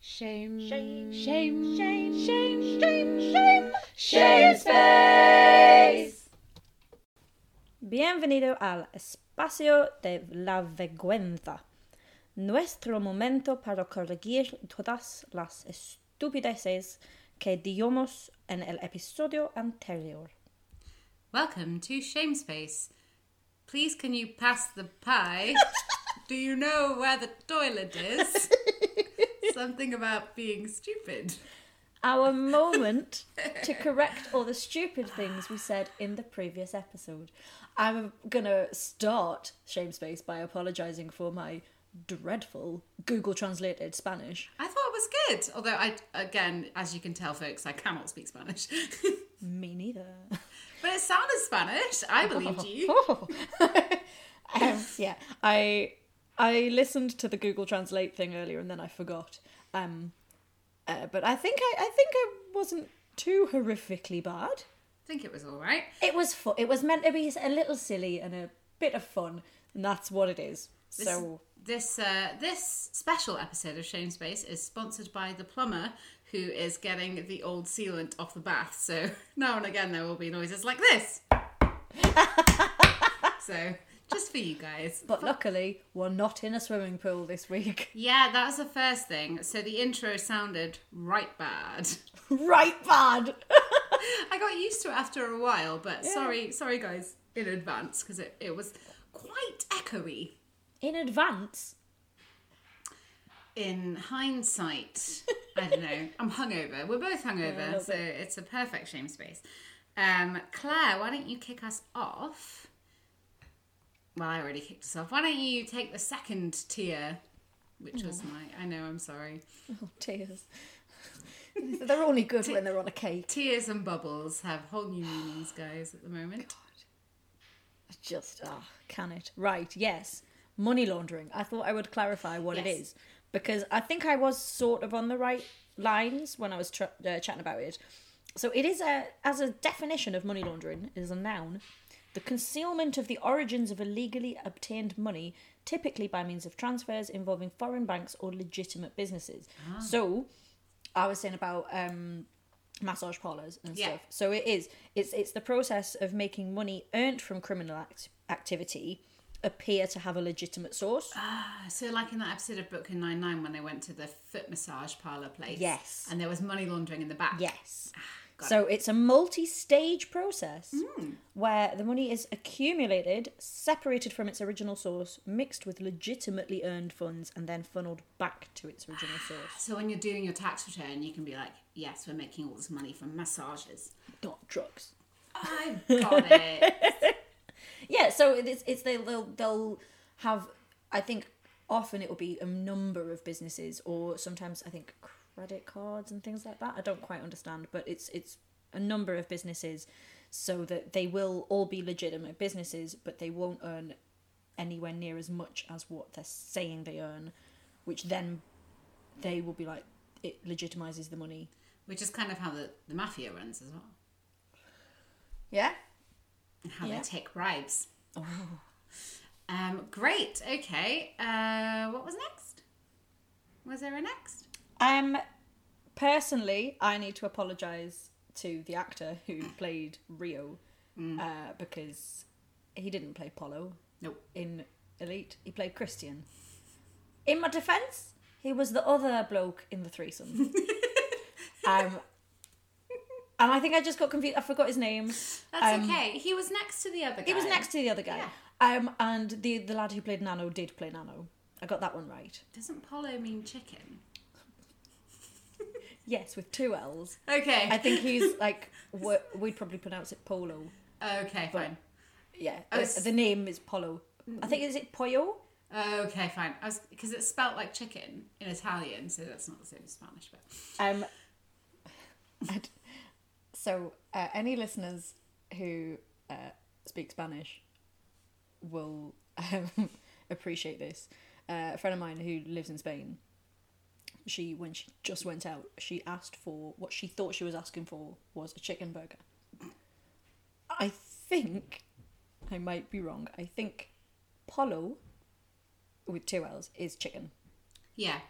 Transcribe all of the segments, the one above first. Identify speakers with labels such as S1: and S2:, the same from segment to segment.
S1: Shame.
S2: Shame. Shame,
S1: Shame.
S2: shame, shame, shame.
S1: Shame Space.
S3: Bienvenido al espacio de la vergüenza, nuestro momento para corregir todas las estupideces que dimos en el episodio anterior.
S4: Welcome to Shame Space. Please, can you pass the pie? Do you know where the toilet is? Something about being stupid.
S3: Our moment to correct all the stupid things we said in the previous episode. I'm gonna start Shamespace by apologizing for my dreadful Google translated Spanish.
S4: I thought it was good, although I, again, as you can tell, folks, I cannot speak Spanish.
S3: Me neither.
S4: but it sounded Spanish. I believed you.
S3: Oh. Um, yeah, I I listened to the Google Translate thing earlier and then I forgot. Um, uh, but I think I, I think I wasn't too horrifically bad.
S4: I think it was all right.
S3: It was fu- It was meant to be a little silly and a bit of fun, and that's what it is.
S4: This,
S3: so
S4: this uh, this special episode of Shame Space is sponsored by the plumber who is getting the old sealant off the bath. So now and again there will be noises like this. so just for you guys.
S3: But luckily, we're not in a swimming pool this week.
S4: Yeah, that was the first thing. So the intro sounded right bad.
S3: right bad!
S4: I got used to it after a while, but sorry, sorry guys in advance because it, it was quite echoey.
S3: In advance.
S4: in hindsight, I don't know. I'm hungover. We're both hungover,
S3: little
S4: so it's a perfect shame space. Um, Claire, why don't you kick us off? Well, I already kicked us off. Why don't you take the second tier, which
S3: Mm.
S4: was my. I know. I'm sorry.
S3: Oh, tears. they're only good when they're on a cake.
S4: Tears and bubbles have whole new meanings, guys, at the moment.
S3: Just, ah, can it? Right, yes. Money laundering. I thought I would clarify what it
S4: Yes.
S3: is. Because I think I was sort of on the right lines when I was tr- uh, chatting about it. So it is a, as a definition of money laundering, it is a noun. The concealment of the origins of illegally obtained money, typically by means of transfers involving foreign banks or legitimate businesses. So, I was saying about um, massage parlors and
S4: Yeah.
S3: stuff. So it is. It's it's the process of making money earned from criminal act- activity appear to have a legitimate source.
S4: So, like in that episode of Brooklyn Nine Nine, when they went to the foot massage parlor place,
S3: Yes.
S4: and there was money laundering in the back.
S3: Yes. So it's a multi-stage process where the money is accumulated, separated from its original source, mixed with legitimately earned funds, and then funneled back to its original source.
S4: So when you're doing your tax return, you can be like, "Yes, we're making all this money from massages."
S3: Not drugs.
S4: I've got it.
S3: Yeah, so it's it's they, they'll they'll have I think often it will be a number of businesses or sometimes I think credit cards and things like that. I don't quite understand, but it's it's a number of businesses so that they will all be legitimate businesses, but they won't earn anywhere near as much as what they're saying they earn, which then they will be like it legitimizes the money.
S4: Which is kind of how the, the mafia runs as well.
S3: Yeah.
S4: How
S3: Yeah.
S4: they take bribes. Oh. Um, great. Okay. Uh, what was next? Was there a next?
S3: Um, personally, I need to apologise to the actor who played Rio uh, because he didn't play Polo
S4: Nope.
S3: in Elite. He played Christian. In my defence, he was the other bloke in the threesome. um, and I think I just got confused. I forgot his name.
S4: That's
S3: Um,
S4: okay. He was next to the other guy.
S3: He was next to the other guy. Um, and the the lad who played Nano did play Nano. I got that one right.
S4: Doesn't Polo mean chicken?
S3: Yes, with two L's.
S4: Okay.
S3: I think he's like we- we'd probably pronounce it Polo.
S4: okay, fine.
S3: Yeah,
S4: I
S3: the-
S4: was-
S3: the name is Polo. I think is it Pollo?
S4: Okay, fine. I was because it's spelt like chicken in Italian, so that's not the same as Spanish. But
S3: Um. I'd- so uh, any listeners who uh, speak Spanish will um, appreciate this. Uh, a friend of mine who lives in Spain, she when she just went out, she asked for what she thought she was asking for was a chicken burger. I think I might be wrong. I think polo with two L's is chicken.
S4: yeah,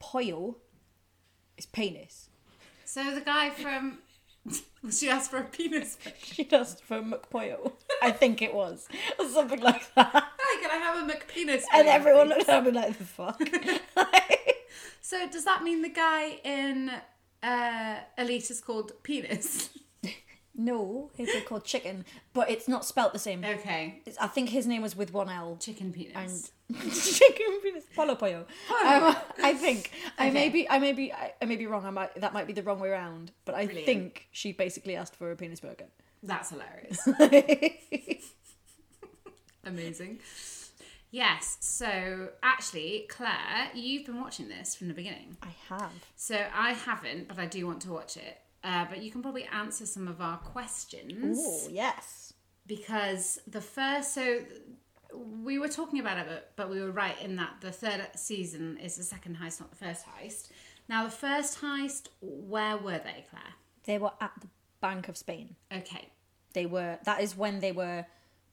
S3: Pollo It's penis.
S4: So the guy from she asked for a penis.
S3: She does for McPoyle. I think it was. Or something like that.
S4: Hi, can I have a McPenis?
S3: And
S4: please?
S3: everyone looked at me like, the fuck? Like,
S4: So does that mean the guy in uh, Elite is called penis?
S3: no, he's been called chicken, but it's not spelt the same.
S4: Okay,
S3: It's- I think his name was with one L.
S4: chicken penis.
S3: chicken penis polo pollo.
S4: Polo.
S3: Um, I think I may
S4: Okay.
S3: be I may be I, I may be wrong. I might that might be the wrong way around. But I
S4: Brilliant.
S3: think she basically asked for a penis burger.
S4: That's hilarious. Amazing. Yes. So actually, Claire, you've been watching this from the beginning.
S3: I have.
S4: So I haven't, but I do want to watch it. Uh, but you can probably answer some of our questions.
S3: Oh yes.
S4: because the first so th- we were talking about it but, but we were right in that the third season is the second heist not the first heist now the first heist where were they claire
S3: They were at the Bank of Spain.
S4: okay
S3: They were that is when they were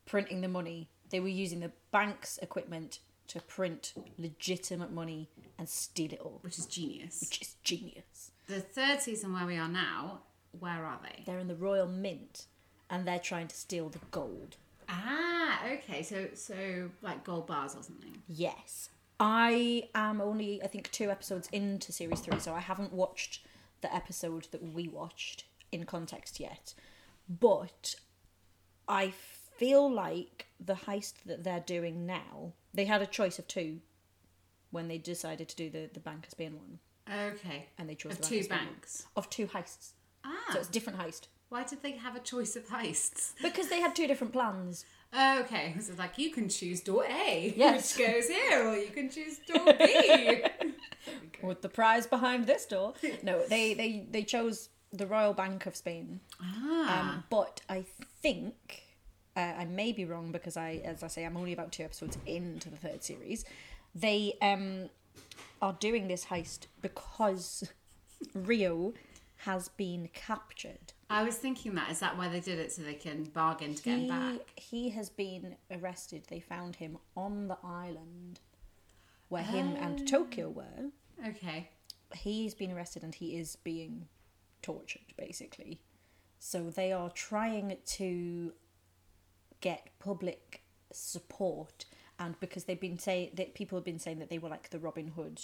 S3: printing the money. They were using the bank's equipment to print legitimate money and steal it all.
S4: which is genius
S3: Which is genius.
S4: the third season where we are now where are they
S3: They're in the Royal Mint and they're trying to steal the gold.
S4: ah okay so so like gold bars or something
S3: Yes. I am only, I think, two episodes into series three, so I haven't watched the episode that we watched in context yet. But I feel like the heist that they're doing now, they had a choice of two when they decided to do the, the bank as being one,
S4: okay
S3: and they chose
S4: of
S3: the
S4: two
S3: as being one.
S4: banks
S3: Of two heists.
S4: ah
S3: So it's different heist.
S4: why did they have a choice of heists
S3: Because they had two different plans.
S4: Okay, so like you can choose door A,
S3: Yes.
S4: which goes here, or you can choose door B.
S3: With the prize behind this door. No, they, they, they chose the Royal Bank of Spain.
S4: ah,
S3: Um, but I think uh, I may be wrong because I, as I say, I'm only about two episodes into the third series. They um, are doing this heist because Rio has been captured.
S4: I was thinking that is that why they did it so they can bargain to get him
S3: He,
S4: back?
S3: he has been arrested. They found him on the island where him and
S4: Oh.
S3: Tokyo were.
S4: Okay,
S3: he's been arrested and he is being tortured basically so they are trying to get public support and because they've been say that people have been saying that they were like the robin hood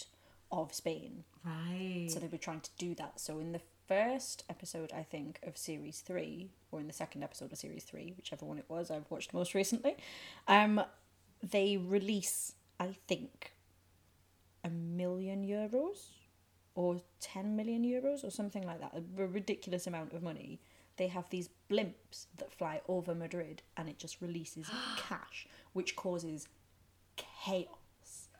S3: of spain
S4: right.
S3: so they were trying to do that so in the first episode i think of series 3 or in the second episode of series 3 whichever one it was i've watched most recently um they release i think a million euros or 10 million euros or something like that a ridiculous amount of money they have these blimps that fly over madrid and it just releases cash which causes chaos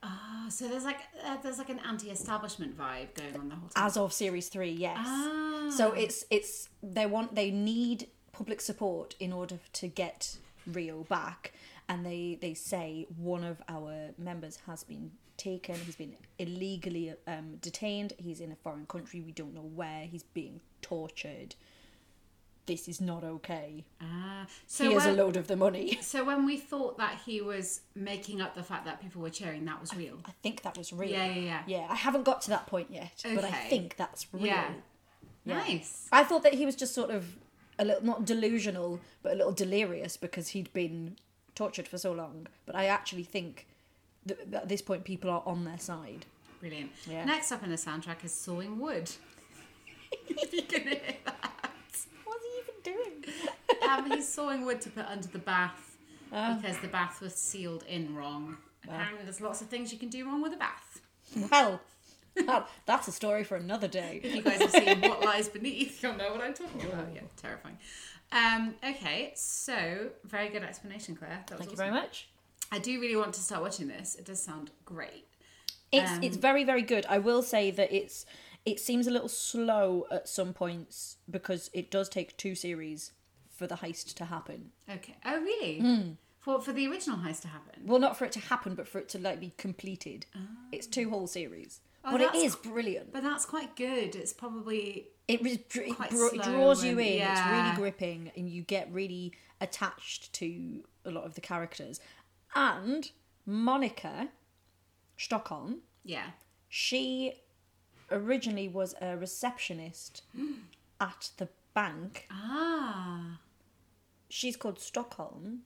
S4: Oh, so there's like uh, there's like an anti-establishment vibe going on the whole time.
S3: as of series three yes
S4: Ah.
S3: so it's it's they want they need public support in order to get rio back and they they say one of our members has been taken he's been illegally um, detained he's in a foreign country we don't know where he's being tortured this is not okay
S4: Ah,
S3: He
S4: so
S3: here's a
S4: when,
S3: load of the money
S4: so when we thought that he was making up the fact that people were cheering, that was real.
S3: i think that was real
S4: Yeah, yeah, yeah.
S3: yeah i haven't got to that point yet but i
S4: Okay.
S3: think that's real
S4: Yeah. Nice.
S3: I thought that he was just sort of a little not delusional, but a little delirious because he'd been tortured for so long. But I actually think that at this point people are on their side.
S4: Brilliant.
S3: Yeah.
S4: Next up in the soundtrack is Sawing Wood. you can hear that.
S3: What's he even doing?
S4: um, he's sawing wood to put under the bath
S3: Ah.
S4: because the bath was sealed in wrong. Apparently, there's lots of things you can do wrong with a bath.
S3: Well, that- that's a story for another
S4: If
S3: day.
S4: you guys have seen What Lies Beneath, you'll know what I'm talking about.
S3: Oh,
S4: Yeah, terrifying. Um, okay, so very good explanation, Claire. That was
S3: Thank you
S4: awesome.
S3: very much.
S4: I do really want to start watching this. It does sound great.
S3: It's it's very very good. I will say that it's it seems a little slow at some points because it does take two series for the heist to happen.
S4: Okay. Oh, really?
S3: Hmm.
S4: For for the original heist to happen.
S3: Well, not for it to happen, but for it to like be completed. It's two whole series, but it
S4: that's
S3: is brilliant.
S4: But that's quite good. It's probably
S3: It, re- dr- it
S4: Quite
S3: bro-
S4: slow
S3: draws you
S4: and-
S3: in.
S4: yeah.
S3: It's really gripping, and you get really attached to a lot of the characters. And Monica Stockholm,
S4: yeah.
S3: she originally was a receptionist at the bank.
S4: Ah.
S3: She's called Stockholm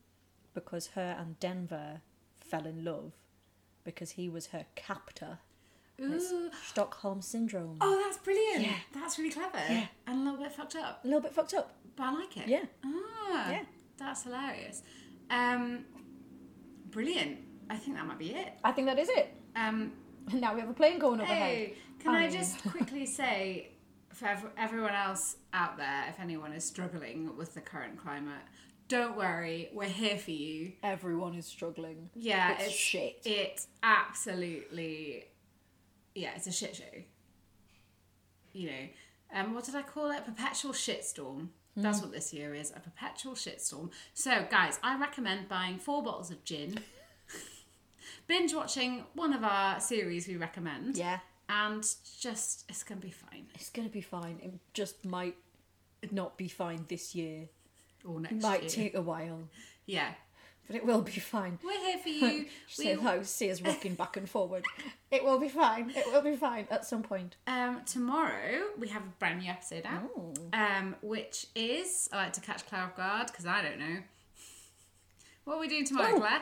S3: because her and Denver fell in love because he was her captor. And it's
S4: Ooh.
S3: Stockholm syndrome.
S4: Oh, that's brilliant.
S3: Yeah.
S4: That's really clever.
S3: Yeah.
S4: And a little bit fucked up,
S3: A little bit fucked up.
S4: but I like it.
S3: Yeah.
S4: Ah.
S3: Yeah.
S4: That's hilarious. Um, brilliant. I think that might be it.
S3: I think that is it.
S4: Um,
S3: And now we have a plane going overhead.
S4: Hey, can I
S3: Oh.
S4: just quickly say for ev- everyone else out there, if anyone is struggling with the current climate, don't worry, we're here for you.
S3: Everyone is struggling.
S4: Yeah,
S3: It's shit.
S4: It's absolutely, yeah, it's a shit show. You know, um, what did I call it? Perpetual shitstorm.
S3: Hmm.
S4: That's what this year is—a perpetual shitstorm. So, guys, I recommend buying four bottles of gin, binge watching one of our series we recommend,
S3: Yeah.
S4: and just it's gonna be fine
S3: It's going to be fine. It just might not be fine this year.
S4: all
S3: It
S4: next
S3: might
S4: year.
S3: take a while,
S4: Yeah,
S3: but it will be fine.
S4: we're here for you.
S3: So
S4: we
S3: how see us rocking back and forward. It will be fine. It will be fine at some point.
S4: Um, tomorrow we have a brand new episode out,
S3: Oh.
S4: um, which is I like to catch Claire off guard because I don't know what are we doing tomorrow,
S3: Oh.
S4: Claire.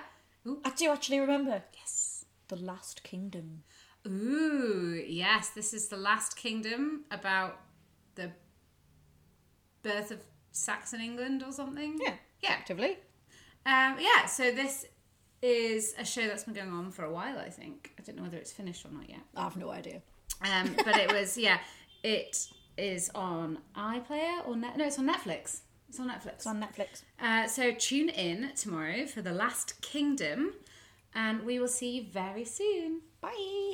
S3: I do actually remember
S4: Yes.
S3: the Last Kingdom.
S4: Ooh, yes. This is the Last Kingdom about the birth of Saxon England or something. yeah.
S3: actively.
S4: Um, yeah, so this is a show that's been going on for a while, I think. I don't know whether it's finished or not yet.
S3: I have no idea.
S4: Um, but it was, yeah, it is on iPlayer or Net- no, it's on Netflix. It's on Netflix.
S3: It's on Netflix.
S4: Uh, so tune in tomorrow for The Last Kingdom, and we will see you very soon.
S3: Bye.